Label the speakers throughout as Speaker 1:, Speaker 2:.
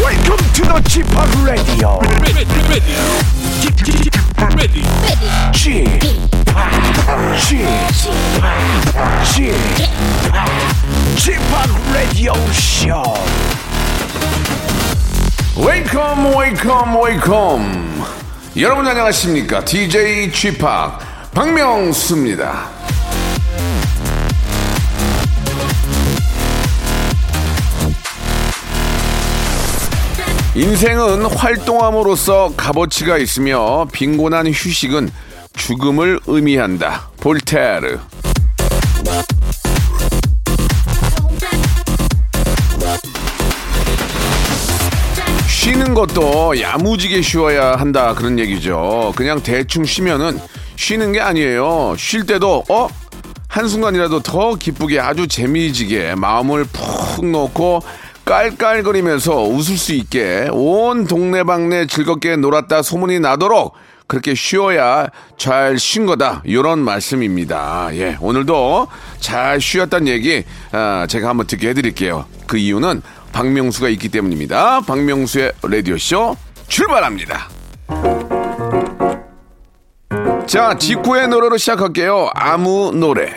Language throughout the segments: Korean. Speaker 1: Welcome to the g p o p Radio.
Speaker 2: ready, ready, ready, ready.
Speaker 1: g p o p g p o p g p o p Radio Show.
Speaker 3: 웨이컴 웨이컴 웨이컴 여러분 안녕하십니까 DJ g 팍 박명수입니다 인생은 활동함으로써 값어치가 있으며 빈곤한 휴식은 죽음을 의미한다 볼테르 쉬는 것도 야무지게 쉬어야 한다 그런 얘기죠. 그냥 대충 쉬면은 쉬는 게 아니에요. 쉴 때도 어? 한순간이라도 더 기쁘게 아주 재미지게 마음을 푹 넣고 깔깔거리면서 웃을 수 있게 온 동네방네 즐겁게 놀았다 소문이 나도록 그렇게 쉬어야 잘 쉰 거다. 이런 말씀입니다. 예, 오늘도 잘 쉬었다는 얘기 아, 제가 한번 듣게 해드릴게요. 그 이유는 박명수가 있기 때문입니다. 박명수의 라디오쇼 출발합니다. 자, 직구의 노래로 시작할게요. 아무 노래.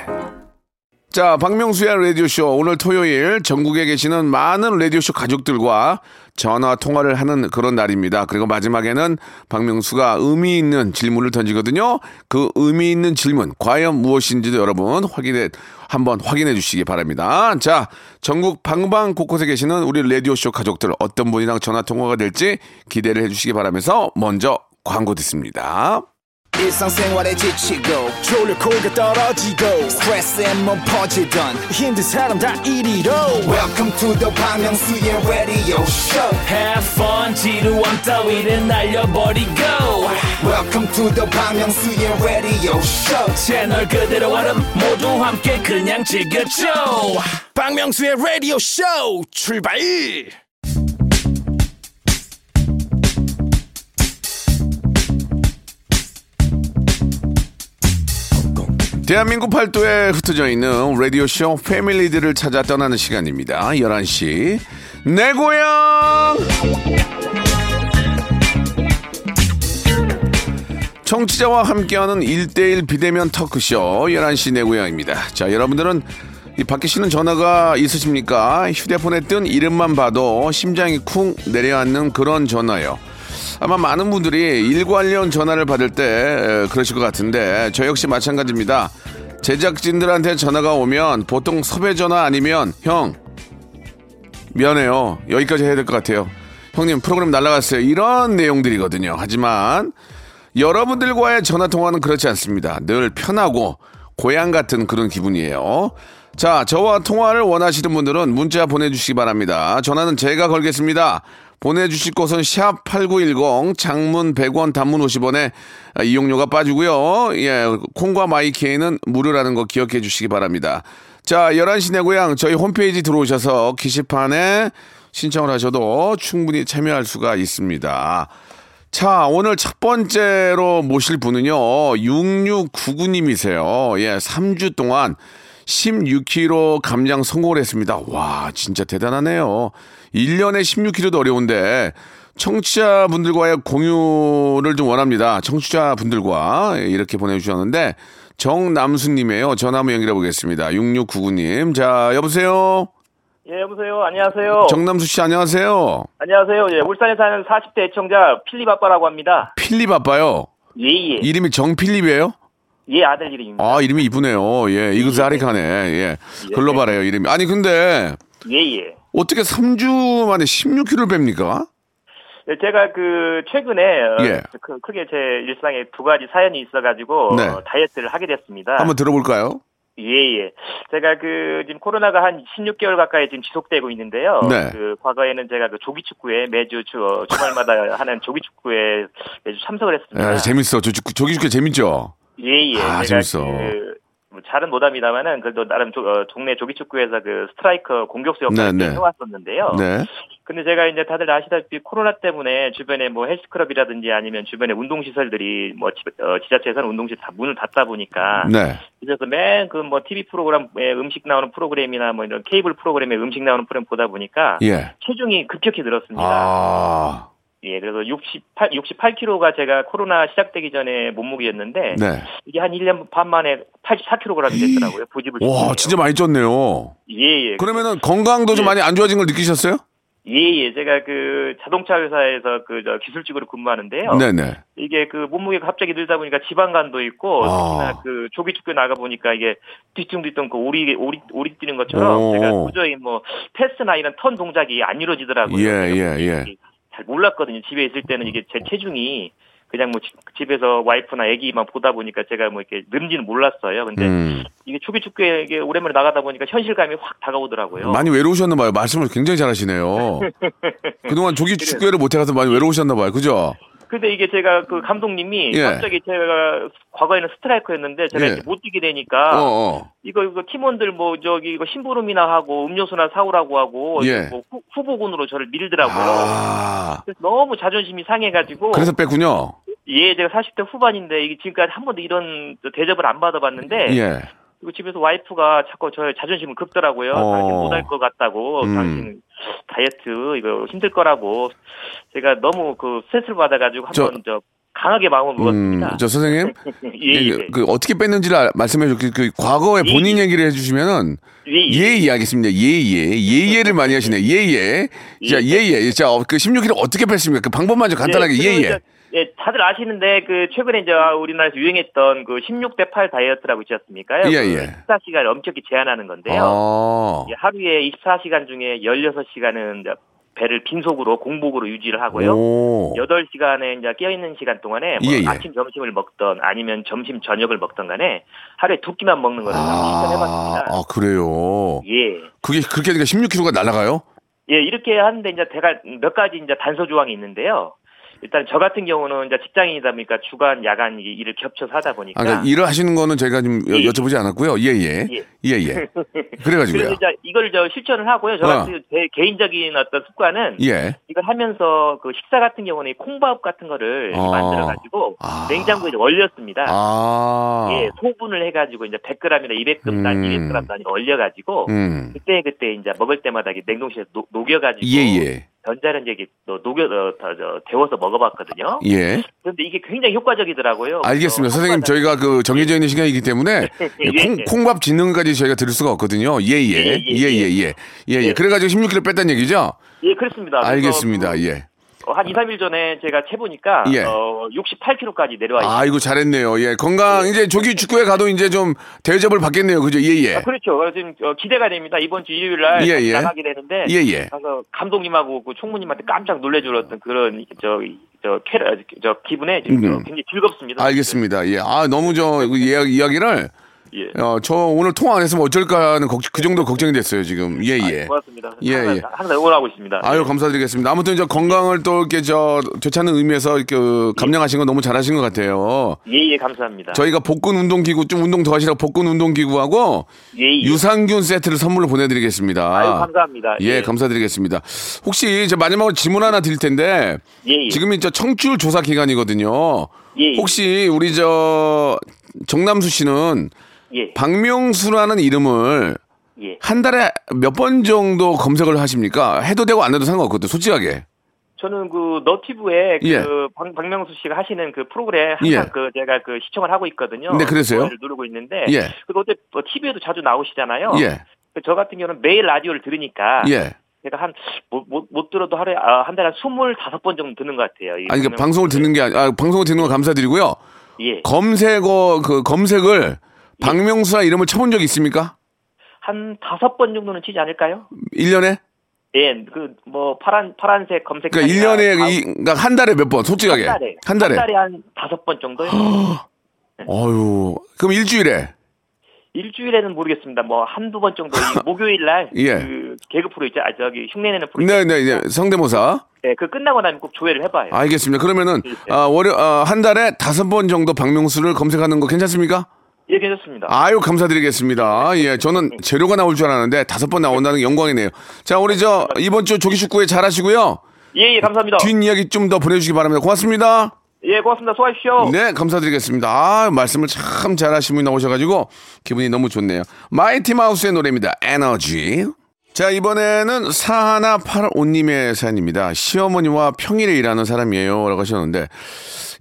Speaker 3: 자, 박명수의 라디오쇼. 오늘 토요일 전국에 계시는 많은 라디오쇼 가족들과 전화 통화를 하는 그런 날입니다. 그리고 마지막에는 박명수가 의미 있는 질문을 던지거든요. 그 의미 있는 질문, 과연 무엇인지도 여러분 확인해, 한번 확인해 주시기 바랍니다. 자, 전국 방방 곳곳에 계시는 우리 라디오쇼 가족들 어떤 분이랑 전화 통화가 될지 기대를 해 주시기 바라면서 먼저 광고 듣습니다.
Speaker 4: 일상생활에 지치고, 졸려 코가 떨어지고, 스트레스에 몸 퍼지던, 힘든 사람 다 이리로. welcome to the Bang Myung-soo's radio show
Speaker 5: Have fun 지루함 따위를 날려버리고
Speaker 4: welcome to the Bang Myung-soo's radio show
Speaker 5: 채널 그대로 와름 모두 함께 그냥 즐겨줘
Speaker 1: 박명수의 라디오 쇼 출발.
Speaker 3: 대한민국 팔도에 흩어져 있는 라디오쇼 패밀리들을 찾아 떠나는 시간입니다. 11시. 내 고향! 청취자와 함께하는 일대일 비대면 터크쇼 11시 내 고향입니다. 자, 여러분들은 이 밖에 쉬는 전화가 있으십니까? 휴대폰에 뜬 이름만 봐도 심장이 쿵 내려앉는 그런 전화요. 아마 많은 분들이 일 관련 전화를 받을 때 에, 그러실 것 같은데 저 역시 마찬가지입니다. 제작진들한테 전화가 오면 보통 섭외 전화 아니면 형 미안해요. 여기까지 해야 될 것 같아요. 형님, 프로그램 날라갔어요. 이런 내용들이거든요. 하지만 여러분들과의 전화 통화는 그렇지 않습니다. 늘 편하고 고향 같은 그런 기분이에요. 자, 저와 통화를 원하시는 분들은 문자 보내주시기 바랍니다. 전화는 제가 걸겠습니다. 보내주실 곳은 샵8910 장문 100원 단문 50원에 이용료가 빠지고요. 예, 콩과 마이케이는 무료라는 거 기억해 주시기 바랍니다. 자, 11시 내 고향 저희 홈페이지 들어오셔서 게시판에 신청을 하셔도 충분히 참여할 수가 있습니다. 자, 오늘 첫 번째로 모실 분은요, 6699님이세요. 예, 3주 동안 16kg 감량 성공을 했습니다. 와, 진짜 대단하네요. 1년에 16kg도 어려운데, 청취자분들과의 공유를 좀 원합니다. 청취자분들과 이렇게 보내주셨는데, 정남수님이에요. 전화 한번 연결해 보겠습니다. 6699님. 자, 여보세요?
Speaker 6: 예, 여보세요. 안녕하세요.
Speaker 3: 정남수 씨, 안녕하세요.
Speaker 6: 안녕하세요. 예, 울산에 사는 40대 애청자 필립아빠라고 합니다.
Speaker 3: 필립 아빠요.
Speaker 6: 예, 예.
Speaker 3: 이름이 정필립이에요?
Speaker 6: 예, 아들 이름입니다.
Speaker 3: 아 이름이 이쁘네요. 예, 이그스 아리카네. 예, 글로벌해요 이름이. 아니 근데
Speaker 6: 예, 예.
Speaker 3: 어떻게 3주 만에 16kg를 뺍니까?
Speaker 6: 예, 제가 그, 최근에, 어,
Speaker 3: 예.
Speaker 6: 그 크게 제 일상에 두 가지 사연이 있어가지고,
Speaker 3: 네.
Speaker 6: 어, 다이어트를 하게 됐습니다.
Speaker 3: 한번 들어볼까요?
Speaker 6: 예, 예. 제가 그, 지금 코로나가 한 16개월 가까이 지금 지속되고 있는데요.
Speaker 3: 네.
Speaker 6: 그, 과거에는 제가 그 조기축구에 매주 주, 어, 주말마다 하는 조기축구에
Speaker 3: 아,
Speaker 6: 매주 참석을 했습니다.
Speaker 3: 예, 재밌어. 저, 저, 저기 죽게 재밌죠.
Speaker 6: 예, 예.
Speaker 3: 아,
Speaker 6: 제가
Speaker 3: 재밌어.
Speaker 6: 그, 뭐 잘은 못합니다만은 그래도 나름 조- 어, 동네 조기축구에서 그 스트라이커 공격수 역할을
Speaker 3: 네,
Speaker 6: 좀
Speaker 3: 네.
Speaker 6: 해왔었는데요.
Speaker 3: 네.
Speaker 6: 근데 제가 이제 다들 아시다시피 코로나 때문에 주변에 뭐 헬스클럽이라든지 아니면 주변에 운동시설들이 뭐 지, 자체에서는 운동실 다 문을 닫다 보니까
Speaker 3: 네.
Speaker 6: 그래서 맨 그 뭐 TV 프로그램에 음식 나오는 프로그램이나 뭐 이런 케이블 프로그램에 음식 나오는 프로그램 보다 보니까
Speaker 3: 예.
Speaker 6: 체중이 급격히 늘었습니다.
Speaker 3: 아.
Speaker 6: 예, 그래서 68 68kg가 제가 코로나 시작되기 전에 몸무게였는데
Speaker 3: 네.
Speaker 6: 이게 한 1년 반 만에 84kg이 됐더라고요. 부집을
Speaker 3: 와,
Speaker 6: 쳤네요.
Speaker 3: 진짜 많이 쪘네요.
Speaker 6: 예, 예.
Speaker 3: 그러면은 건강도 좀
Speaker 6: 네.
Speaker 3: 많이 안 좋아진 걸 느끼셨어요?
Speaker 6: 예, 예. 제가 그 자동차 회사에서 그 저 기술직으로 근무하는데요.
Speaker 3: 네, 네.
Speaker 6: 이게 그 몸무게가 갑자기 늘다 보니까 지방간도 있고
Speaker 3: 아.
Speaker 6: 특히나 그 조기 축구 나가 보니까 이게 뒤뚱뒤뚱 그 오리 오리 오리 뛰는 것처럼
Speaker 3: 오.
Speaker 6: 제가 도저히 뭐 패스나 이런 턴 동작이 안 이루어지더라고요.
Speaker 3: 예, 예, 예.
Speaker 6: 잘 몰랐거든요. 집에 있을 때는 이게 제 체중이 그냥 뭐 집- 집에서 와이프나 아기만 보다 보니까 제가 뭐 이렇게 는지는 몰랐어요. 근데
Speaker 3: 음.
Speaker 6: 이게 조기 축구에 이게 오랜만에 나가다 보니까 현실감이 확 다가오더라고요.
Speaker 3: 많이 외로우셨나 봐요. 말씀을 굉장히 잘하시네요. 그동안 조기 축구회를 못 해가서 많이 외로우셨나 봐요. 그죠?
Speaker 6: 근데 이게 제가 그 감독님이
Speaker 3: 예.
Speaker 6: 갑자기 제가 과거에는 스트라이커였는데 제가
Speaker 3: 예.
Speaker 6: 이제 못 뛰게 되니까
Speaker 3: 어, 어.
Speaker 6: 이거 이거 팀원들 뭐 저기 이거 심부름이나 하고 음료수나 사오라고 하고
Speaker 3: 예.
Speaker 6: 뭐 후, 후보군으로 저를 밀더라고요.
Speaker 3: 아.
Speaker 6: 그래서 너무 자존심이 상해가지고
Speaker 3: 그래서 뺐군요.
Speaker 6: 예 제가 40대 후반인데 이게 지금까지 한 번도 이런 대접을 안 받아봤는데
Speaker 3: 예.
Speaker 6: 그리고 집에서 와이프가 자꾸 저의 자존심을 긁더라고요.
Speaker 3: 어.
Speaker 6: 당신 못할 것 같다고
Speaker 3: 음.
Speaker 6: 당신 다이어트 이거 힘들 거라고 제가 너무 그 스트레스를 받아가지고
Speaker 3: 저-
Speaker 6: 한번 저 강하게
Speaker 3: 음,
Speaker 6: 마음을 먹었습니다.
Speaker 3: 저 선생님,
Speaker 6: 예, 예,
Speaker 3: 그, 그 어떻게 뺐는지를 아- 말씀해 주그 그 과거에
Speaker 6: 예,
Speaker 3: 본인 얘기를 해주시면은
Speaker 6: 예, 예.
Speaker 3: 예예 하겠습니다. 예예 예예를 많이 하시네. 예예 자 예예 자그 16kg 어떻게 뺐습니까? 그 방법만 좀 간단하게
Speaker 6: 그리고
Speaker 3: 예예
Speaker 6: 이제, 예, 다들 아시는데 그 최근에 이제 우리나라에서 유행했던 그 16대 8 다이어트라고 있지 않습니까?
Speaker 3: 예,
Speaker 6: 그
Speaker 3: 예.
Speaker 6: 24시간을 엄격히 제한하는 건데요.
Speaker 3: 아,
Speaker 6: 예, 하루에 24시간 중에 16시간은 이제 배를 빈속으로 공복으로 유지를 하고요.
Speaker 3: 오,
Speaker 6: 여덟 시간에 이제 깨어있는 시간 동안에 뭐
Speaker 3: 어. 예, 예.
Speaker 6: 아침 점심을 먹던 아니면 점심 저녁을 먹던 간에 하루에 두 끼만 먹는 거를 한번
Speaker 3: 아,
Speaker 6: 시도해봤습니다.
Speaker 3: 아 그래요.
Speaker 6: 예.
Speaker 3: 그게 그렇게 하니까 16kg가 날아가요?
Speaker 6: 예, 이렇게 하는데 이제 제가 몇 가지 이제 단서 조항이 있는데요. 일단 저 같은 경우는 이제 직장인이다 보니까 주간 야간 이- 일을 겹쳐서 하다 보니까
Speaker 3: 아, 그러니까 일을 하시는 거는 저희가 좀 여-
Speaker 6: 예.
Speaker 3: 여쭤보지 않았고요. 예예
Speaker 6: 예.
Speaker 3: 예예
Speaker 6: 그래서
Speaker 3: 그래가지고요.
Speaker 6: 이제 이걸 저 실천을 하고요. 저
Speaker 3: 어.
Speaker 6: 같은 제 개인적인 어떤 습관은
Speaker 3: 예.
Speaker 6: 이걸 하면서 그 식사 같은 경우는 이 콩밥 같은 거를
Speaker 3: 어.
Speaker 6: 만들어 가지고
Speaker 3: 아.
Speaker 6: 냉장고에 이제 얼렸습니다.
Speaker 3: 아,
Speaker 6: 예, 소분을 해가지고 이제 100g이나 200g 단,
Speaker 3: 음.
Speaker 6: 200g 단위 얼려가지고
Speaker 3: 음,
Speaker 6: 그때 그때 이제 먹을 때마다 이게 냉동실에 녹- 녹여가지고
Speaker 3: 예예
Speaker 6: 전자레인지에 또 녹여 어, 다- 저, 데워서 먹어봤거든요.
Speaker 3: 예.
Speaker 6: 그런데 이게 굉장히 효과적이더라고요.
Speaker 3: 알겠습니다.
Speaker 6: 그래서
Speaker 3: 선생님,
Speaker 6: 한
Speaker 3: 저희가 그 정해져 있는 시간이기 때문에
Speaker 6: 예,
Speaker 3: 콩,
Speaker 6: 예.
Speaker 3: 콩밥 짓는까지 저희가 들을 수가 없거든요. 예, 예. 예,
Speaker 6: 예, 예,
Speaker 3: 예, 예. 예, 예.
Speaker 6: 예.
Speaker 3: 그래가지고 16kg 뺐다는 얘기죠?
Speaker 6: 예, 그렇습니다. 그래서
Speaker 3: 알겠습니다.
Speaker 6: 그,
Speaker 3: 예.
Speaker 6: 어, 한 2, 3일 전에 제가 재보니까
Speaker 3: 예.
Speaker 6: 어, 68kg까지 내려와 있어요.
Speaker 3: 아이고, 잘했네요. 예. 건강, 이제 조기 축구에 가도 이제 좀 대접을 받겠네요. 그죠? 예, 예.
Speaker 6: 아, 그렇죠. 그래서 지금 어, 기대가 됩니다. 이번 주 일요일 날
Speaker 3: 예, 예.
Speaker 6: 나가게 되는데
Speaker 3: 예, 예.
Speaker 6: 가서 감독님하고 그 총무님한테 깜짝 놀래주었던 그런 저, 저, 캐러, 저 기분에 지금
Speaker 3: 음.
Speaker 6: 어, 굉장히 즐겁습니다.
Speaker 3: 알겠습니다. 예. 아, 너무 저, 예, 이야기를,
Speaker 6: 예.
Speaker 3: 어, 저 오늘 통화 안 했으면 어쩔까 하는 걱- 그 정도 걱정이 됐어요, 지금. 예, 예.
Speaker 6: 고맙습니다.
Speaker 3: 예,
Speaker 6: 항상,
Speaker 3: 예.
Speaker 6: 항상 응원하고 있습니다.
Speaker 3: 아유 감사드리겠습니다. 아무튼 이제 건강을 또 이렇게 저 되찾는 의미에서 그 감량하신 거 너무 잘하신 것 같아요.
Speaker 6: 예, 예, 감사합니다.
Speaker 3: 저희가 복근 운동기구 좀 운동 더 하시라고 복근 운동기구하고
Speaker 6: 예, 예.
Speaker 3: 유산균 세트를 선물로 보내드리겠습니다.
Speaker 6: 아유, 감사합니다.
Speaker 3: 예, 감사드리겠습니다. 혹시 저 마지막으로 질문 하나 드릴 텐데
Speaker 6: 예, 예.
Speaker 3: 지금이 저 청출 조사 기간이거든요.
Speaker 6: 예, 예.
Speaker 3: 혹시 우리 저 정남수 씨는
Speaker 6: 예,
Speaker 3: 박명수라는 이름을
Speaker 6: 예.
Speaker 3: 한 달에 몇 번 정도 검색을 하십니까? 해도 되고 안 해도 상관없거든요. 솔직하게.
Speaker 6: 저는 그 너튜브에 그
Speaker 3: 예.
Speaker 6: 박, 박명수 씨가 하시는 그 프로그램 항상
Speaker 3: 예.
Speaker 6: 그 제가 그 시청을 하고 있거든요.
Speaker 3: 네, 그래서요?
Speaker 6: 좋아요를 누르고 있는데
Speaker 3: 예.
Speaker 6: 그리고 어제 TV에도 자주 나오시잖아요.
Speaker 3: 예.
Speaker 6: 그저 같은 경우는 매일 라디오를 들으니까
Speaker 3: 예.
Speaker 6: 제가 그러니까 한 못 못 들어도 하루에 아, 한 달에 한 25번 정도 듣는 것 같아요. 이
Speaker 3: 아니 그러니까
Speaker 6: 박명수
Speaker 3: 방송을
Speaker 6: 씨.
Speaker 3: 듣는 게 아니, 아, 방송을 듣는 거 감사드리고요.
Speaker 6: 예.
Speaker 3: 검색어 그 검색을 박명수라 이름을 쳐본 적 있습니까?
Speaker 6: 한 다섯 번 정도는 치지 않을까요?
Speaker 3: 1년에?
Speaker 6: 예, 그 뭐 파란 파란색 검색.
Speaker 3: 그러니까 1년에 이, 그러니까 한 달에 몇 번?
Speaker 6: 한
Speaker 3: 솔직하게.
Speaker 6: 달에
Speaker 3: 한 달에.
Speaker 6: 한 다섯 번 정도요.
Speaker 3: 어유. 그럼 일주일에
Speaker 6: 일주일에는 모르겠습니다. 뭐 한두 번 정도 이 목요일 날
Speaker 3: 예.
Speaker 6: 그 개그 프로 있죠. 아 저기 흉내내는 프로.
Speaker 3: 네, 아. 네, 네. 성대모사.
Speaker 6: 네, 그 끝나고 나면 꼭 조회를 해
Speaker 3: 네.
Speaker 6: 봐요.
Speaker 3: 알겠습니다. 그러면은
Speaker 6: 네.
Speaker 3: 아, 월요 아, 한 달에 다섯 번 정도 박명수를 검색하는 거 괜찮습니까?
Speaker 6: 예, 괜찮습니다.
Speaker 3: 아유 감사드리겠습니다. 예, 저는 재료가 나올 줄 알았는데 다섯 번 나온다는 게 영광이네요. 자, 우리 저 이번 주 조기축구에 잘하시고요.
Speaker 6: 예, 예, 감사합니다.
Speaker 3: 뒷이야기 좀 더 보내주시기 바랍니다. 고맙습니다.
Speaker 6: 예, 고맙습니다. 수고하십시오.
Speaker 3: 네, 감사드리겠습니다. 아, 말씀을 참 잘하시는 분 나오셔가지고 기분이 너무 좋네요. 마이티 마우스의 노래입니다. 에너지. 자, 이번에는 사하나 855님의 사연입니다. 시어머니와 평일에 일하는 사람이에요. 라고 하셨는데,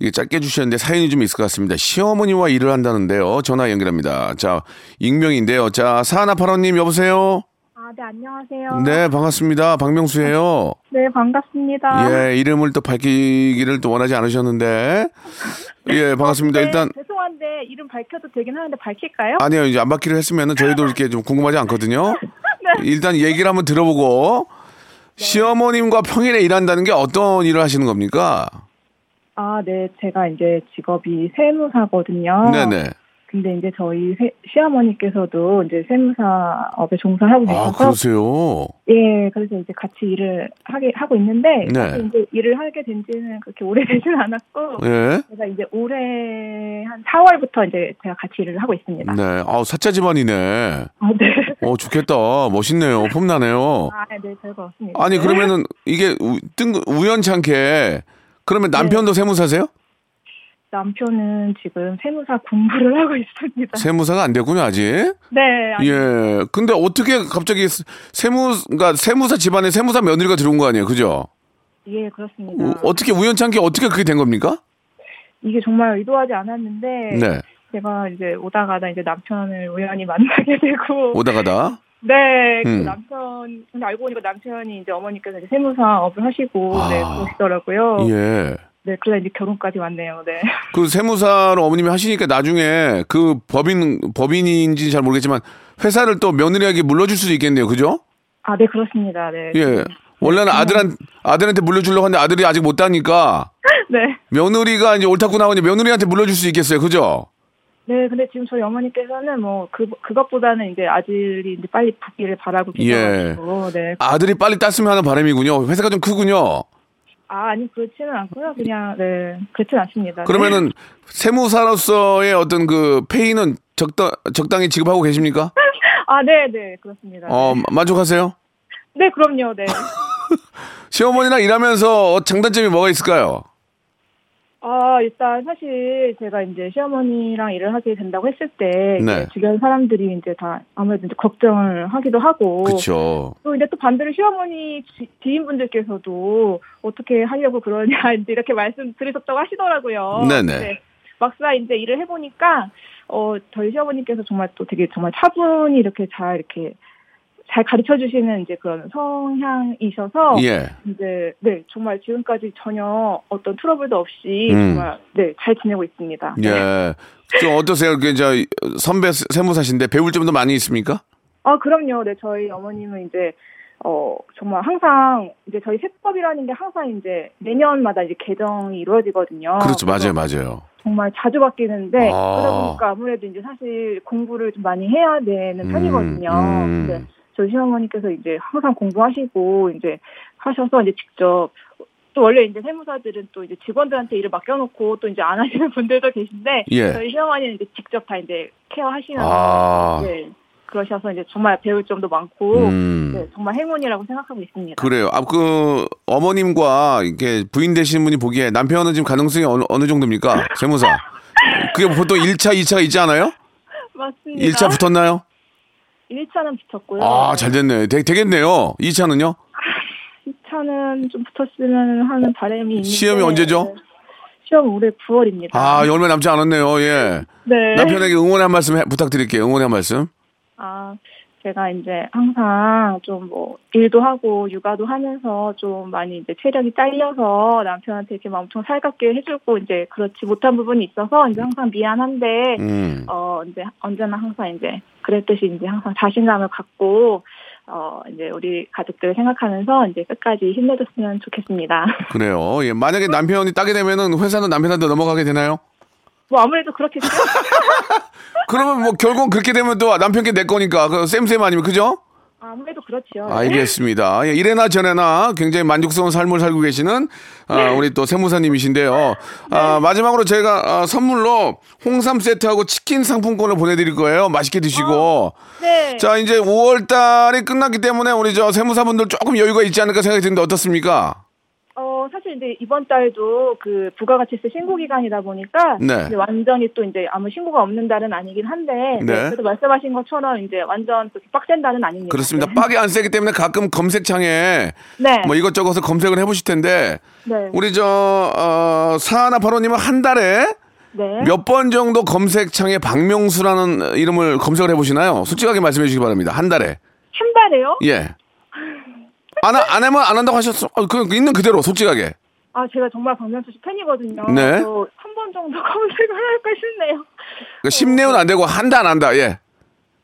Speaker 3: 이게 짧게 주셨는데 사연이 좀 있을 것 같습니다. 시어머니와 일을 한다는데요. 전화 연결합니다. 자, 익명인데요. 자, 사하나 855님 여보세요?
Speaker 7: 아, 네, 안녕하세요.
Speaker 3: 네, 반갑습니다. 박명수예요
Speaker 7: 네, 반갑습니다.
Speaker 3: 예, 이름을 또 밝히기를 또 원하지 않으셨는데. 예, 반갑습니다.
Speaker 7: 네,
Speaker 3: 일단
Speaker 7: 죄송한데 이름 밝혀도 되긴 하는데 밝힐까요?
Speaker 3: 아니요, 이제 안 받기로 했으면은 저희도 이렇게 좀 궁금하지 않거든요.
Speaker 7: 네.
Speaker 3: 일단 얘기를 한번 들어보고 시어머님과 평일에 일한다는 게 어떤 일을 하시는 겁니까?
Speaker 7: 아, 네, 제가 이제 직업이 세무사거든요.
Speaker 3: 네네.
Speaker 7: 근데 이제 저희 세- 시어머니께서도 이제 세무사업에 종사하고 계셔서
Speaker 3: 아 그러세요.
Speaker 7: 예, 그래서 이제 같이 일을 하게 하고 있는데
Speaker 3: 네.
Speaker 7: 사실 이제 일을 하게 된지는 그렇게 오래되진 않았고
Speaker 3: 예.
Speaker 7: 제가 이제 올해 한 4월부터 이제 제가 같이 일을 하고 있습니다.
Speaker 3: 네. 아우 사짜 집안이네.
Speaker 7: 아, 네.
Speaker 3: 어 좋겠다. 멋있네요. 폼나네요.
Speaker 7: 아, 네, 별거 없습니다.
Speaker 3: 아니 그러면은 이게 우, 뜬 우연찮게 그러면 남편도 세무사세요?
Speaker 7: 남편은 지금 세무사 공부를 하고 있습니다.
Speaker 3: 세무사가 안 됐군요 아직.
Speaker 7: 네, 아니,
Speaker 3: 예. 근데 어떻게 갑자기 세- 세무 그러니까 세무사 집안에 세무사 며느리가 들어온 거 아니에요, 그죠?
Speaker 7: 예, 그렇습니다.
Speaker 3: 우- 어떻게 우연찮게 어떻게 그게 된 겁니까?
Speaker 7: 이게 정말 의도하지 않았는데
Speaker 3: 네.
Speaker 7: 제가 이제 오다가다 이제 남편을 우연히 만나게 되고
Speaker 3: 오다가다.
Speaker 7: 네, 그
Speaker 3: 어, 음.
Speaker 7: 남편 근데 알고 보니까 남편이 이제 어머니께서 이제 세무사업을 하시고
Speaker 3: 아.
Speaker 7: 네, 그러시더라고요.
Speaker 3: 예.
Speaker 7: 네, 그래서 이제 결혼까지 왔네요. 네,
Speaker 3: 그 세무사로 어머님이 하시니까 나중에 그 법인 법인인지 잘 모르겠지만 회사를 또 며느리에게 물려줄 수도 있겠네요, 그죠?
Speaker 7: 아, 네 그렇습니다. 네,
Speaker 3: 예. 원래는 아들한 아들한테 물려주려고 하는데 아들이 아직 못 다니까
Speaker 7: 네,
Speaker 3: 며느리가 이제 옳다고 나오니 며느리한테 물려줄 수 있겠어요, 그죠?
Speaker 7: 네. 근데 지금 저희 어머니께서는 뭐 그 그것보다는 이제 아들이 이제 빨리 붙기를 바라고
Speaker 3: 예.
Speaker 7: 계셔가지고 네,
Speaker 3: 아들이 빨리 땄으면 하는 바람이군요. 회사가 좀 크군요.
Speaker 7: 아, 아니, 그렇지는 않고요. 그냥, 네, 그렇진 않습니다.
Speaker 3: 그러면은 세무사로서의 어떤 그 페이는 적당 적당히 지급하고 계십니까?
Speaker 7: 네. 아, 네, 네, 그렇습니다.
Speaker 3: 어
Speaker 7: 네.
Speaker 3: 마- 만족하세요?
Speaker 7: 네, 그럼요, 네.
Speaker 3: 시어머니랑 일하면서 어, 장단점이 뭐가 있을까요?
Speaker 7: 아, 일단 사실 제가 이제 시어머니랑 일을 하게 된다고 했을 때,
Speaker 3: 네.
Speaker 7: 이제 주변 사람들이 이제 다 아무래도 이제 걱정을 하기도 하고,
Speaker 3: 그렇죠.
Speaker 7: 또 이제 어, 또 반대로 시어머니 지, 지인분들께서도 어떻게 하려고 그러냐, 이제 이렇게 말씀 드리셨다고 하시더라고요.
Speaker 3: 네네.
Speaker 7: 근데 막상 이제 일을 해보니까, 어, 저희 시어머니께서 정말 또 되게 정말 차분히 이렇게 잘 이렇게 잘 가르쳐 주시는 이제 그런 성향이셔서,
Speaker 3: 예.
Speaker 7: 이제, 네, 정말 지금까지 전혀 어떤 트러블도 없이
Speaker 3: 음.
Speaker 7: 정말, 네, 잘 지내고 있습니다. 네.
Speaker 3: 예. 좀 어떠세요? 그 이제 선배 세- 세무사신데 배울 점도 많이 있습니까?
Speaker 7: 아, 그럼요. 네, 저희 어머님은 이제, 어, 정말 항상, 이제 저희 세법이라는 게 항상 이제 매년마다 이제 개정이 이루어지거든요.
Speaker 3: 그렇죠.
Speaker 7: 그래서
Speaker 3: 맞아요. 맞아요.
Speaker 7: 정말 자주 바뀌는데,
Speaker 3: 아.
Speaker 7: 그러다 보니까 아무래도 이제 사실 공부를 좀 많이 해야 되는 편이거든요.
Speaker 3: 음.
Speaker 7: 근데 저희 시어머니께서 이제 항상 공부하시고, 이제 하셔서 이제 직접, 또 원래 이제 세무사들은 또 이제 직원들한테 일을 맡겨놓고 또 이제 안 하시는 분들도 계신데,
Speaker 3: 예.
Speaker 7: 저희 시어머니는 이제 직접 다 이제 케어하시면서,
Speaker 3: 아.
Speaker 7: 네. 그러셔서 이제 정말 배울 점도 많고,
Speaker 3: 음.
Speaker 7: 네, 정말 행운이라고 생각하고 있습니다.
Speaker 3: 그래요. 아, 그 어머님과 이렇게 부인 되시는 분이 보기에 남편은 지금 가능성이 어느, 어느 정도입니까? 세무사. 그게 보통 1차, 2차가 있지 않아요?
Speaker 7: 맞습니다.
Speaker 3: 1차 붙었나요?
Speaker 7: 는 붙었고요.
Speaker 3: 아, 잘 됐네. 되, 되겠네요. 2차는요?
Speaker 7: 2차는 좀 붙었으면 하는 바람이 있는데
Speaker 3: 시험이 언제죠?
Speaker 7: 네, 시험 올해 9월입니다.
Speaker 3: 아, 얼마 남지 않았네요. 예.
Speaker 7: 네.
Speaker 3: 남편에게 응원 한 말씀 해- 부탁드릴게요. 응원 한 말씀.
Speaker 7: 아, 제가 이제 항상 좀 뭐 일도 하고 육아도 하면서 좀 많이 이제 체력이 딸려서 남편한테 이렇게 막 엄청 살갑게 해주고 이제 그렇지 못한 부분이 있어서 이제 항상 미안한데
Speaker 3: 음.
Speaker 7: 어, 이제 언제나 항상 이제 그랬듯이 이제 항상 자신감을 갖고 어, 이제 우리 가족들을 생각하면서 이제 끝까지 힘내줬으면 좋겠습니다.
Speaker 3: 그래요. 예. 만약에 남편이 따게 되면은 회사는 남편한테 넘어가게 되나요?
Speaker 7: 뭐 아무래도 그렇겠죠?
Speaker 3: 그러면 뭐 결국은 그렇게 되면 또 남편께 내 거니까 그 쌤쌤 아니면 그죠?
Speaker 7: 아무래도 네. 그렇지요.
Speaker 3: 알겠습니다. 예, 이래나 저래나 굉장히 만족스러운 삶을 살고 계시는 아, 우리 또 세무사님이신데요. 아, 마지막으로 제가 아, 선물로 홍삼 세트하고 치킨 상품권을 보내드릴 거예요. 맛있게 드시고.
Speaker 7: 네.
Speaker 3: 자, 이제 5월 달이 끝났기 때문에 우리 저 세무사분들 조금 여유가 있지 않을까 생각이 드는데 어떻습니까?
Speaker 7: 어, 사실 이제 이번 달도 그 부가가치세 신고 기간이다 보니까
Speaker 3: 네.
Speaker 7: 이제 완전히 또 이제 아무 신고가 없는 달은 아니긴 한데
Speaker 3: 네.
Speaker 7: 그래도 말씀하신 것처럼 이제 완전 그렇게 빡센 달은 아닙니다.
Speaker 3: 그렇습니다.
Speaker 7: 네.
Speaker 3: 빡이 안 세기 때문에 가끔 검색창에
Speaker 7: 네.
Speaker 3: 뭐 이것저것을 검색을 해보실 텐데
Speaker 7: 네.
Speaker 3: 우리 저 어, 사나 바로님은 한 달에
Speaker 7: 네.
Speaker 3: 몇 번 정도 검색창에 박명수라는 이름을 검색을 해보시나요? 솔직하게 말씀해 주시기 바랍니다. 한 달에.
Speaker 7: 한 달에요?
Speaker 3: 예. 안, 하- 안 하면 안 한다고 하셨어. 어, 그, 있는 그대로, 솔직하게. 그러니까
Speaker 7: 아, 제가 정말 박명수 씨 팬이거든요.
Speaker 3: 네.
Speaker 7: 한 번 정도 검색을 할까 싶네요.
Speaker 3: 그러니까 심내운 안 되고, 한다, 안 한다. 예.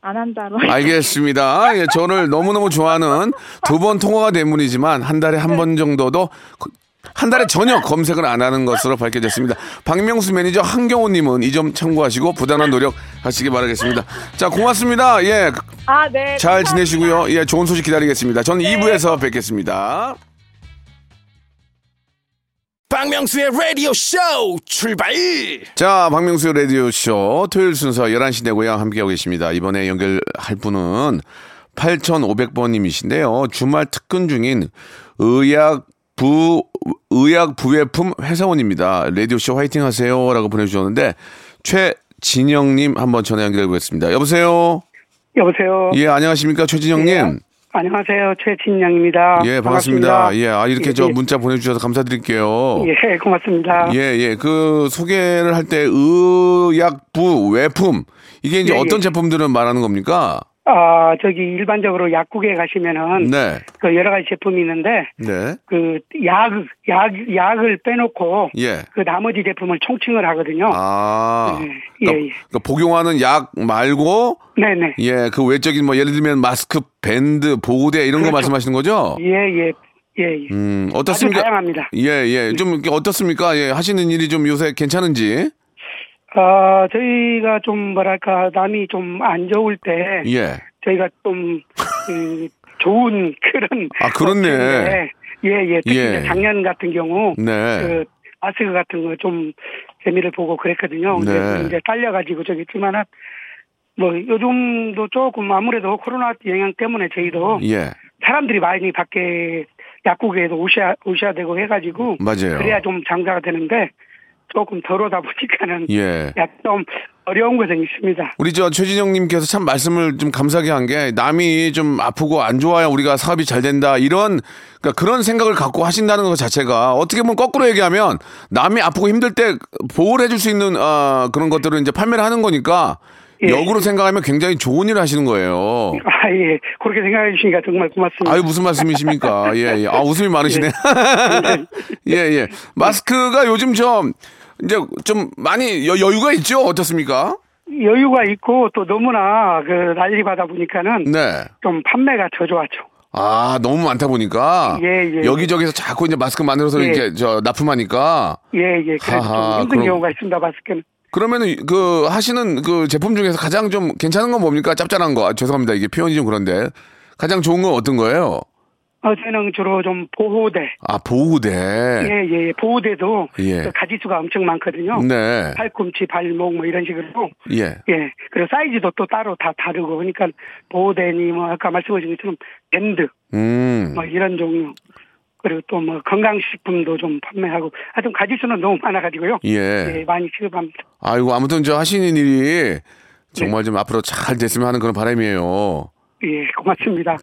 Speaker 7: 안 한다로.
Speaker 3: 아, 알겠습니다. 예, 저를 너무너무 좋아하는 두 번 통화가 된 분이지만, 한 달에 한 번 정도도, 거- 한 달에 전혀 검색을 안 하는 것으로 밝혀졌습니다. 박명수 매니저 한경호님은 이 점 참고하시고, 부단한 노력 하시기 바라겠습니다. 자, 고맙습니다. 예.
Speaker 7: 아, 네.
Speaker 3: 잘
Speaker 7: 감사합니다. 네.
Speaker 3: 지내시고요. 예, 좋은 소식 기다리겠습니다. 저는 2부에서 뵙겠습니다.
Speaker 1: 박명수의 라디오 쇼 출발!
Speaker 3: 자, 박명수 라디오쇼 토요일 순서 11시 내고요. 함께하고 계십니다. 이번에 연결할 분은 8,500번님이신데요. 주말 특근 중인 의약부, 의약부외품 회사원입니다. 라디오쇼 화이팅 하세요. 라고 보내주셨는데, 최진영님 한번 전화 연결해 보겠습니다. 여보세요?
Speaker 8: 여보세요.
Speaker 3: 예, 안녕하십니까? 최진영님?
Speaker 8: 아, 안녕하세요. 최진양입니다.
Speaker 3: 예, 반갑습니다. 예, 아, 이렇게 저 문자 보내주셔서 감사드릴게요.
Speaker 8: 예, 고맙습니다.
Speaker 3: 예, 예. 그 소개를 할 때 의약부 외품 이게 이제
Speaker 8: 예,
Speaker 3: 어떤
Speaker 8: 예.
Speaker 3: 제품들은 말하는 겁니까?
Speaker 8: 아, 저기 일반적으로 약국에 가시면은
Speaker 3: 네.
Speaker 8: 그 여러 가지 제품이 있는데
Speaker 3: 네.
Speaker 8: 그 약, 약, 약을 빼놓고
Speaker 3: 예.
Speaker 8: 그 나머지 제품을 총칭을 하거든요.
Speaker 3: 아.
Speaker 8: 어. 예,
Speaker 3: 그러니까,
Speaker 8: 예.
Speaker 3: 그러니까 복용하는 약 말고
Speaker 8: 네네.
Speaker 3: 예, 그 외적인 뭐 예를 들면 마스크, 밴드, 보호대 이런 거
Speaker 8: 그렇죠.
Speaker 3: 말씀하시는 거죠?
Speaker 8: 예, 예, 예, 예.
Speaker 3: 음,
Speaker 8: 아주
Speaker 3: 어떻습니까?
Speaker 8: 다양합니다.
Speaker 3: 예, 예. 좀 이렇게 어떻습니까? 예, 하시는 일이 좀 요새 괜찮은지?
Speaker 8: 아, 저희가 좀 뭐랄까 남이 좀 안 좋을 때
Speaker 3: 예.
Speaker 8: 저희가 좀 음, 좋은 그런
Speaker 3: 아, 그렇네.
Speaker 8: 업체인데, 예, 예. 특히
Speaker 3: 예.
Speaker 8: 이제 작년 같은 경우
Speaker 3: 네.
Speaker 8: 그 마스크 같은 거 좀 재미를 보고 그랬거든요. 근데
Speaker 3: 네.
Speaker 8: 이제 딸려가지고 저기 있지만은 뭐 요즘도 조금 아무래도 코로나 영향 때문에 저희도
Speaker 3: 예.
Speaker 8: 사람들이 많이 밖에 약국에도 오셔야 오셔야 되고 해가지고
Speaker 3: 맞아요.
Speaker 8: 그래야 좀 장사가 되는데 조금 덜어다 보니까는
Speaker 3: 예.
Speaker 8: 약 좀 어려운 것은 있습니다.
Speaker 3: 우리 저 최진영님께서 참 말씀을 좀 감사하게 한 게 남이 좀 아프고 안 좋아야 우리가 사업이 잘 된다 이런 그러니까 그런 생각을 갖고 하신다는 것 자체가 어떻게 보면 거꾸로 얘기하면 남이 아프고 힘들 때 보호를 해줄 수 있는 아, 그런 것들을 이제 판매를 하는 거니까
Speaker 8: 예.
Speaker 3: 역으로 생각하면 굉장히 좋은 일을 하시는 거예요.
Speaker 8: 아 예 그렇게 생각해 주시니까 정말 고맙습니다.
Speaker 3: 아유 무슨 말씀이십니까? 예, 예. 아 웃음이 많으시네. 예, 예. 마스크가 요즘 좀 이제 좀 많이 여, 여유가 있죠? 어떻습니까?
Speaker 8: 여유가 있고 또 너무나 그 난리바다 보니까는
Speaker 3: 네.
Speaker 8: 좀 판매가 저조하죠.
Speaker 3: 아 너무 많다 보니까
Speaker 8: 예, 예.
Speaker 3: 여기저기서 자꾸 이제 마스크 만들어서
Speaker 8: 예.
Speaker 3: 이렇게 저 납품하니까
Speaker 8: 예, 예. 그래서
Speaker 3: 하하,
Speaker 8: 좀 힘든
Speaker 3: 그럼-
Speaker 8: 경우가 있습니다. 마스크는.
Speaker 3: 그러면은 그 하시는 그 제품 중에서 가장 좀 괜찮은 건 뭡니까 짭짤한 거 아, 죄송합니다 이게 표현이 좀 그런데 가장 좋은 건 어떤 거예요?
Speaker 8: 어, 저는 주로 좀 보호대.
Speaker 3: 아 보호대
Speaker 8: 예, 예. 보호대도
Speaker 3: 네. 예.
Speaker 8: 그 가지수가 엄청 많거든요.
Speaker 3: 네
Speaker 8: 팔꿈치, 발목 뭐 이런 식으로.
Speaker 3: 예.
Speaker 8: 예. 그리고 사이즈도 또 따로 다 다르고. 그러니까 보호대니 뭐 아까 말씀하신 것처럼 밴드
Speaker 3: 음.
Speaker 8: 뭐 이런 종류. 그리고 또 뭐 건강식품도 좀 판매하고. 하여튼 가지수는 너무 많아가지고요.
Speaker 3: 예.
Speaker 8: 많이 취급합니다.
Speaker 3: 아이고 아무튼 저 하시는 일이 정말 좀 앞으로 잘 됐으면 하는 그런 바람이에요.
Speaker 8: 예. 고맙습니다.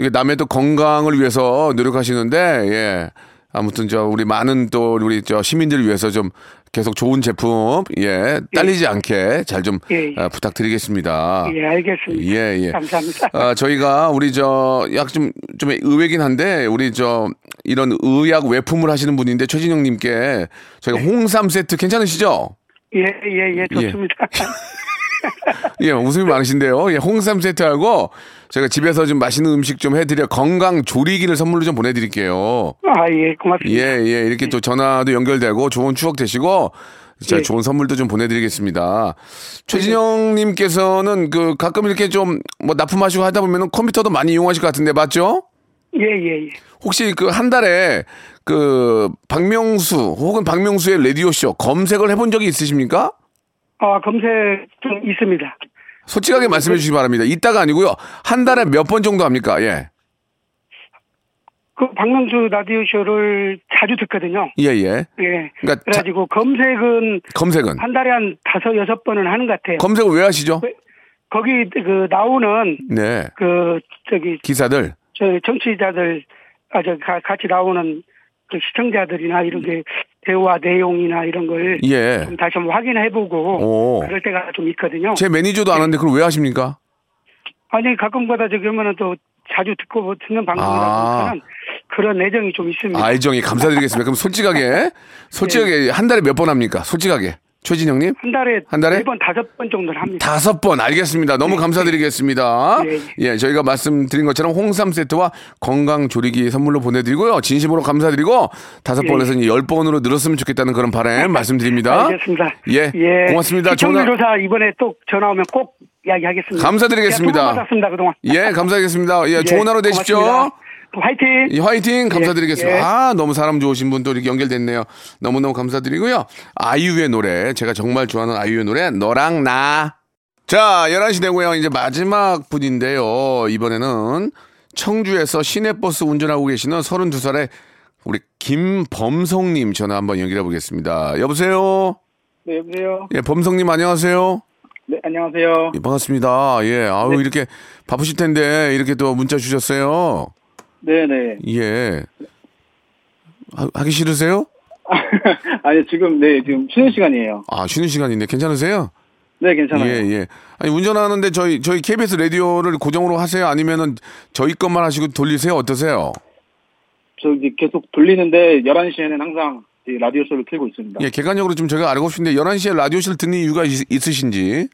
Speaker 3: 이게 남의 또 건강을 위해서 노력하시는데 예 아무튼 저 우리 많은 또 우리 저 시민들을 위해서 좀 계속 좋은 제품 예 딸리지 않게 잘 좀
Speaker 8: 예, 예.
Speaker 3: 부탁드리겠습니다.
Speaker 8: 예, 알겠습니다.
Speaker 3: 아, 예, 예.
Speaker 8: 감사합니다.
Speaker 3: 아, 저희가 우리 저, 약 좀, 좀 의외긴 한데, 우리 저, 이런 의약 외품을 하시는 분인데, 최진영님께 저희가 홍삼 세트 괜찮으시죠?
Speaker 8: 예, 예, 예. 좋습니다.
Speaker 3: 예, 웃음이 많으신데요. 예, 홍삼 세트하고 제가 집에서 좀 맛있는 음식 좀 해드려 건강 조리기를 선물로 좀 보내드릴게요.
Speaker 8: 아, 예, 고맙습니다.
Speaker 3: 예, 예, 이렇게 또 전화도 연결되고 좋은 추억 되시고 제가
Speaker 8: 예.
Speaker 3: 좋은 선물도 좀 보내드리겠습니다. 최진영님께서는 그 가끔 이렇게 좀 뭐 납품하시고 하다 보면은 컴퓨터도 많이 이용하실 것 같은데 맞죠?
Speaker 8: 예, 예, 예.
Speaker 3: 혹시 그 한 달에 그 박명수 혹은 박명수의 라디오 쇼 검색을 해본 적이 있으십니까?
Speaker 8: 아, 검색 좀 있습니다. 어,
Speaker 3: 솔직하게
Speaker 8: 네.
Speaker 3: 말씀해 주시기 바랍니다. 이따가 아니고요. 한 달에 몇 번 정도 합니까? 예.
Speaker 8: 그 박명수 라디오 쇼를 자주 듣거든요.
Speaker 3: 예, 예.
Speaker 8: 예.
Speaker 3: 그러니까
Speaker 8: 그래가지고 검색은
Speaker 3: 검색은.
Speaker 8: 한 달에 한 다섯 여섯 번은 하는 것 같아요.
Speaker 3: 검색을 왜 하시죠?
Speaker 8: 거기 그 나오는
Speaker 3: 네.
Speaker 8: 그 저기
Speaker 3: 기사들.
Speaker 8: 저 정치자들 아저 같이 나오는 그 시청자들이나 이런 게 대화 내용이나 이런 걸
Speaker 3: 예.
Speaker 8: 좀 다시 한번 확인해보고
Speaker 3: 오.
Speaker 8: 그럴 때가 좀 있거든요.
Speaker 3: 제 매니저도 안 하는데 그걸 왜 하십니까?
Speaker 8: 아니 가끔가다 저기 하면은 또 자주 듣고 듣는 방송이라 보니까 그런 애정이 좀 있습니다.
Speaker 3: 아. 아이정이 감사드리겠습니다. 그럼 솔직하게
Speaker 8: 네.
Speaker 3: 솔직하게 한 달에 몇 번 합니까? 솔직하게. 최진영 님?
Speaker 8: 한 달에
Speaker 3: 한 달에?
Speaker 8: 네번 다섯 번 정도는 합니다.
Speaker 3: 다섯 번 알겠습니다. 너무 감사드리겠습니다.
Speaker 8: 네.
Speaker 3: 예, 저희가 말씀드린 것처럼 홍삼 세트와 건강 조리기 선물로 보내드리고요. 진심으로 감사드리고 다섯
Speaker 8: 네.
Speaker 3: 번에서 이제 열 번으로 늘었으면 좋겠다는 그런 바람 말씀드립니다.
Speaker 8: 알겠습니다.
Speaker 3: 예, 고맙습니다.
Speaker 8: 시청률
Speaker 3: 전화-
Speaker 8: 조사 이번에 또 전화 오면 꼭 이야기하겠습니다.
Speaker 3: 감사드리겠습니다.
Speaker 8: 제가 두번 받았습니다 그동안.
Speaker 3: 예, 감사하겠습니다. 예,
Speaker 8: 예,
Speaker 3: 좋은 하루 되십시오.
Speaker 8: 고맙습니다. 화이팅.
Speaker 3: 이 예, 화이팅 감사드리겠습니다.
Speaker 8: 예, 예.
Speaker 3: 아 너무 사람 좋으신 분 또 이렇게 연결됐네요. 너무 너무 감사드리고요. 아이유의 노래 제가 정말 좋아하는 아이유의 노래 너랑 나. 자 11시 되고요. 이제 마지막 분인데요. 이번에는 청주에서 시내버스 운전하고 계시는 32살의 우리 김범성님 전화 한번 연결해 보겠습니다. 여보세요.
Speaker 8: 네, 여보세요.
Speaker 3: 예 범성님 안녕하세요.
Speaker 8: 네, 안녕하세요.
Speaker 3: 예, 반갑습니다. 예 아유
Speaker 8: 네.
Speaker 3: 이렇게 바쁘실 텐데 이렇게 또 문자 주셨어요.
Speaker 8: 네, 네.
Speaker 3: 예. 하, 하기 싫으세요?
Speaker 8: 아니, 지금, 네, 지금 쉬는 시간이에요.
Speaker 3: 아, 쉬는 시간인데 괜찮으세요?
Speaker 8: 네, 괜찮아요.
Speaker 3: 예, 예. 아니, 운전하는데 저희, 저희 KBS 라디오를 고정으로 하세요? 아니면은 저희 것만 하시고 돌리세요? 어떠세요?
Speaker 8: 저 이제 계속 돌리는데, 11시에는 항상 이 라디오 쇼를 틀고 있습니다.
Speaker 3: 예, 객관적으로 좀 저희가 알고 싶은데 11시에 라디오실 듣는 이유가 있, 있으신지.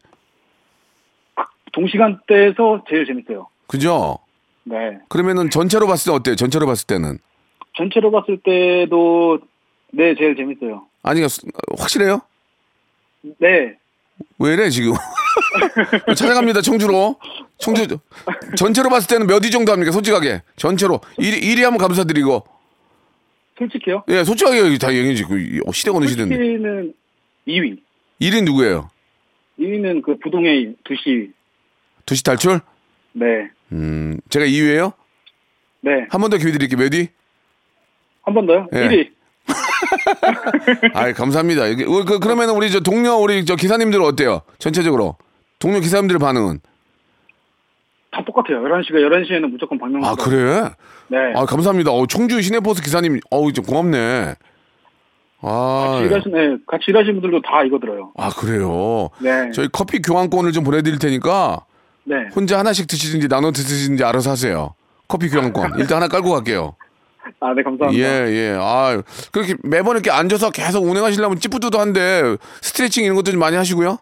Speaker 8: 동시간대에서 제일 재밌어요.
Speaker 3: 그죠?
Speaker 8: 네.
Speaker 3: 그러면은 전체로 봤을 때 어때요? 전체로 봤을 때는?
Speaker 8: 전체로 봤을 때도, 네, 제일 재밌어요.
Speaker 3: 아니, 확실해요?
Speaker 8: 네.
Speaker 3: 왜 이래, 지금? 찾아갑니다, 청주로. 청주, 전체로 봤을 때는 몇 위 정도 합니까? 솔직하게. 전체로. 1위, 1위 하면 감사드리고.
Speaker 8: 솔직히요?
Speaker 3: 예, 솔직하게 다 얘기해 주고 시대가 어느 시대인데.
Speaker 8: 솔직히는 2위.
Speaker 3: 1위 누구예요?
Speaker 8: 2위는 그 부동의 2시.
Speaker 3: 2시 탈출?
Speaker 8: 네.
Speaker 3: 음, 제가 2위예요?
Speaker 8: 네.
Speaker 3: 한 번 더 기회 드릴게요. 몇 위?
Speaker 8: 한 번 더요?
Speaker 3: 예.
Speaker 8: 1위. 네.
Speaker 3: 아, 감사합니다. 이게 어, 그, 그러면 우리 저 동료 우리 저 기사님들은 어때요? 전체적으로. 동료 기사님들의 반응은?
Speaker 8: 다 똑같아요. 11시가 11시에는 무조건 방영을
Speaker 3: 아, 그래?
Speaker 8: 네.
Speaker 3: 아, 감사합니다. 어, 청주 시내버스 기사님, 어우, 좀 고맙네. 아,
Speaker 8: 같이 일하시는 네, 같이 일하시는 분들도 다 이거 들어요.
Speaker 3: 아, 그래요?
Speaker 8: 네.
Speaker 3: 저희 커피 교환권을 좀 보내드릴 테니까
Speaker 8: 네.
Speaker 3: 혼자 하나씩 드시든지 나눠 드시든지 알아서 하세요. 커피 교환권. 일단 하나 깔고 갈게요.
Speaker 8: 아, 네, 감사합니다.
Speaker 3: 예, 예. 아, 그렇게 매번 이렇게 앉아서 계속 운행하시려면 찌뿌드드한데 스트레칭 이런 것도 좀 많이 하시고요.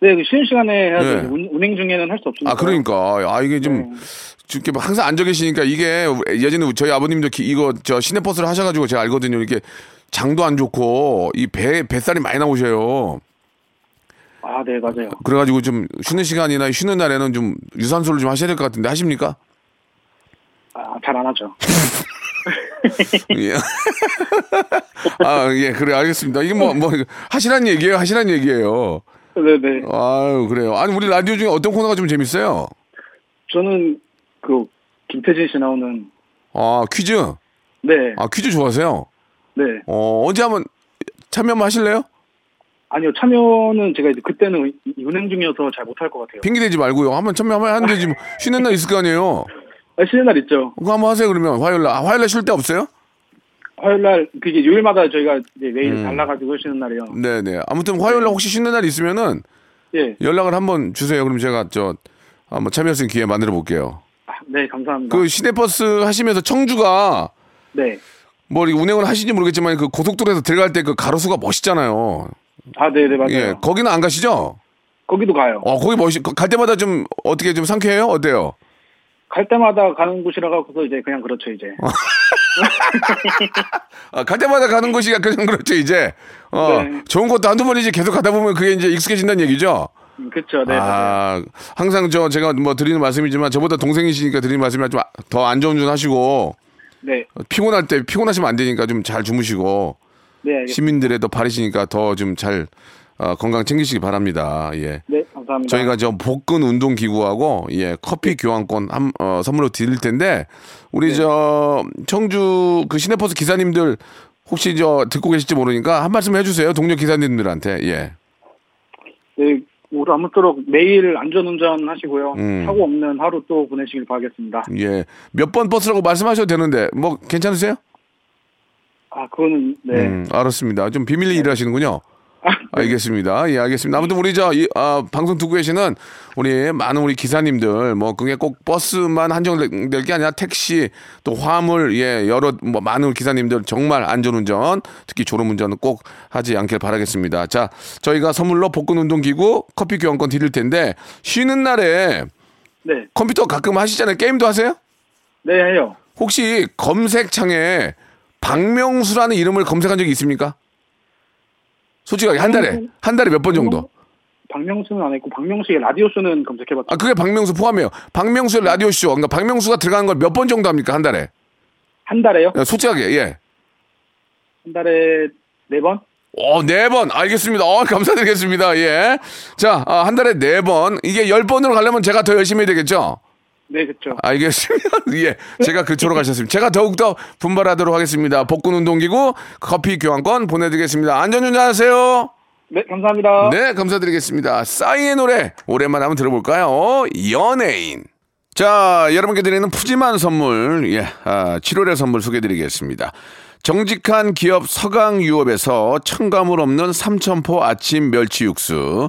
Speaker 8: 네, 그 쉬는 시간에 해야지
Speaker 3: 예.
Speaker 8: 운- 운행 중에는 할 수 없습니다.
Speaker 3: 아, 그러니까. 아, 이게
Speaker 8: 네.
Speaker 3: 좀 이렇게 막 항상 앉아 계시니까 이게 예전에 저희 아버님도 기- 이거 저 시내버스를 하셔 가지고 제가 알거든요. 이렇게 장도 안 좋고 이 배 뱃살이 많이 나오셔요.
Speaker 8: 아, 네, 맞아요.
Speaker 3: 그래 가지고 좀 쉬는 시간이나 쉬는 날에는 좀 유산소를 좀 하셔야 될 것 같은데 하십니까?
Speaker 8: 아, 잘 안 하죠.
Speaker 3: 예. 아, 예. 그래 알겠습니다. 이게 뭐뭐 하시란 얘기예요. 하시란 얘기예요.
Speaker 8: 네,
Speaker 3: 어.
Speaker 8: 네.
Speaker 3: 아유, 그래요. 아니, 우리 라디오 중에 어떤 코너가 좀 재밌어요?
Speaker 8: 저는 그 김태진 씨 나오는
Speaker 3: 아, 퀴즈.
Speaker 8: 네,
Speaker 3: 아, 퀴즈 좋아하세요?
Speaker 8: 네.
Speaker 3: 어, 언제 한번 참여 한번 하실래요?
Speaker 8: 아니요, 참여는 제가 이제 그때는 이- 운행 중이어서 잘 못할 것 같아요.
Speaker 3: 핑계 대지 말고요. 한번 참여 한번 하면 되지. 뭐. 쉬는 날 있을 거 아니에요?
Speaker 8: 아, 쉬는 날 있죠.
Speaker 3: 그거 한번 하세요, 그러면. 화요일 날. 아, 화요일 날 쉴 때 없어요?
Speaker 8: 화요일 날, 그게 요일마다 저희가 이제 매일
Speaker 3: 음.
Speaker 8: 달라가지고 쉬는 날이요.
Speaker 3: 네네. 아무튼 화요일 날 혹시 쉬는 날 있으면은
Speaker 8: 예,
Speaker 3: 연락을 한번 주세요. 그럼 제가 저 한번 참여할 수 있는 기회 만들어 볼게요.
Speaker 8: 아, 네, 감사합니다.
Speaker 3: 그 시내버스 하시면서 청주가
Speaker 8: 네.
Speaker 3: 뭐 이렇게 운행을 하시는지 모르겠지만 그 고속도로에서 들어갈 때 그 가로수가 멋있잖아요.
Speaker 8: 아, 네, 네, 맞아요.
Speaker 3: 예. 거기는 안 가시죠?
Speaker 9: 거기도 가요.
Speaker 3: 어, 거기 멋있, 갈 때마다 좀 어떻게 좀 상쾌해요? 어때요?
Speaker 9: 갈 때마다 가는 곳이라 갖고서 이제 그냥 그렇죠 이제.
Speaker 3: 어. 아, 갈 때마다 가는 곳이 그냥 그렇죠, 이제. 어,
Speaker 9: 네.
Speaker 3: 좋은 것도 한두 번이지 계속 가다 보면 그게 이제 익숙해진다는 얘기죠?
Speaker 9: 음, 그렇죠. 네.
Speaker 3: 아, 항상 저, 제가 뭐 드리는 말씀이지만 저보다 동생이시니까 드리는 말씀이라 좀 더 안전운전 하시고,
Speaker 9: 네.
Speaker 3: 피곤할 때 피곤하시면 안 되니까 좀 잘 주무시고,
Speaker 9: 네. 알겠습니다.
Speaker 3: 시민들의 또 발이시니까 더 좀 잘 어, 건강 챙기시기 바랍니다. 예.
Speaker 9: 네. 감사합니다. 네.
Speaker 3: 저희가 저 복근 운동 기구하고 예 커피 교환권 한 어, 선물로 드릴 텐데 우리 저 청주 그 시내버스 기사님들 혹시 저 듣고 계실지 모르니까 한 말씀 해주세요 동료 기사님들한테 예
Speaker 9: 네, 올 아무쪼록 매일 안전운전 하시고요.
Speaker 3: 음.
Speaker 9: 사고 없는 하루 또 보내시길 바라겠습니다.
Speaker 3: 예. 몇 번 버스라고 말씀하셔도 되는데 뭐 괜찮으세요?
Speaker 9: 아, 그거는 네.
Speaker 3: 음, 알았습니다. 좀 비밀리 일하시는군요. 알겠습니다. 예, 알겠습니다. 아무튼 우리 저 이, 아, 방송 듣고 계시는 우리 많은 우리 기사님들 뭐 그게 꼭 버스만 한정될 게 아니라 택시 또 화물 예 여러 뭐 많은 우리 기사님들 정말 안전운전 특히 졸음운전은 꼭 하지 않길 바라겠습니다. 자 저희가 선물로 복근 운동기구 커피 교환권 드릴 텐데 쉬는 날에
Speaker 9: 네.
Speaker 3: 컴퓨터 가끔 하시잖아요. 게임도 하세요?
Speaker 9: 네, 해요.
Speaker 3: 혹시 검색창에 박명수라는 이름을 검색한 적이 있습니까? 솔직하게 한 달에 한 달에 몇 번 정도?
Speaker 9: 박명수는 안 했고 박명수의 라디오쇼는 검색해 봤죠.
Speaker 3: 아 그게 박명수 포함해요. 박명수의 라디오 쇼. 그러니까 박명수가 들어간 걸 몇 번 정도 합니까 한 달에?
Speaker 9: 한 달에요?
Speaker 3: 야, 솔직하게 예.
Speaker 9: 한 달에 네 번?
Speaker 3: 어, 네 번. 알겠습니다. 어, 감사드리겠습니다. 예. 자, 아, 한 달에 네 번. 이게 열 번으로 가려면 제가 더 열심히 해야 되겠죠?
Speaker 9: 네, 그렇죠.
Speaker 3: 알겠습니다. 예. 제가 그쪽으로 가셨습니다. 제가 더욱더 분발하도록 하겠습니다. 복근 운동기구, 커피 교환권 보내드리겠습니다. 안전운전하세요.
Speaker 9: 네, 감사합니다.
Speaker 3: 네, 감사드리겠습니다. 싸이의 노래 오랜만에 한번 들어볼까요? 연예인. 자, 여러분께 드리는 푸짐한 선물, 예, 아, 7월의 선물 소개드리겠습니다. 정직한 기업 서강유업에서 첨가물 없는 삼천포 아침 멸치 육수.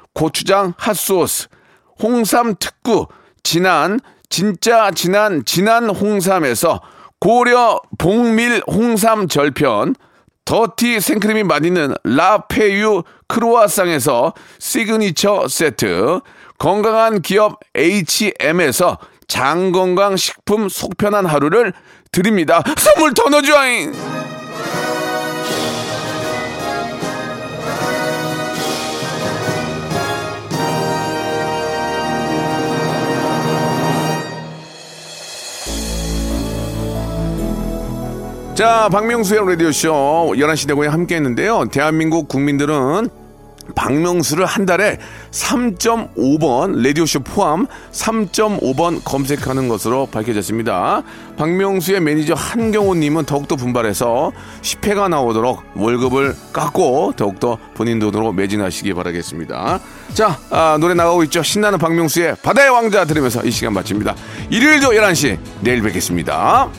Speaker 3: 고추장 핫소스 홍삼 특구 진한 진짜 진한 진한 홍삼에서 고려 복밀 홍삼 절편 더티 생크림이 맛있는 라페유 크로아상에서 시그니처 세트 건강한 기업 H&M에서 장건강 식품 속편한 하루를 드립니다. 선물 더 넣어줘잉! 자, 박명수의 라디오쇼 11시 대고에 함께 했는데요. 대한민국 국민들은 박명수를 한 달에 3.5번 라디오쇼 포함 3.5번 검색하는 것으로 밝혀졌습니다. 박명수의 매니저 한경호님은 더욱더 분발해서 10회가 나오도록 월급을 깎고 더욱더 본인 돈으로 매진하시기 바라겠습니다. 자 아, 노래 나가고 있죠. 신나는 박명수의 바다의 왕자 들으면서 이 시간 마칩니다. 일요일도 11시 내일 뵙겠습니다.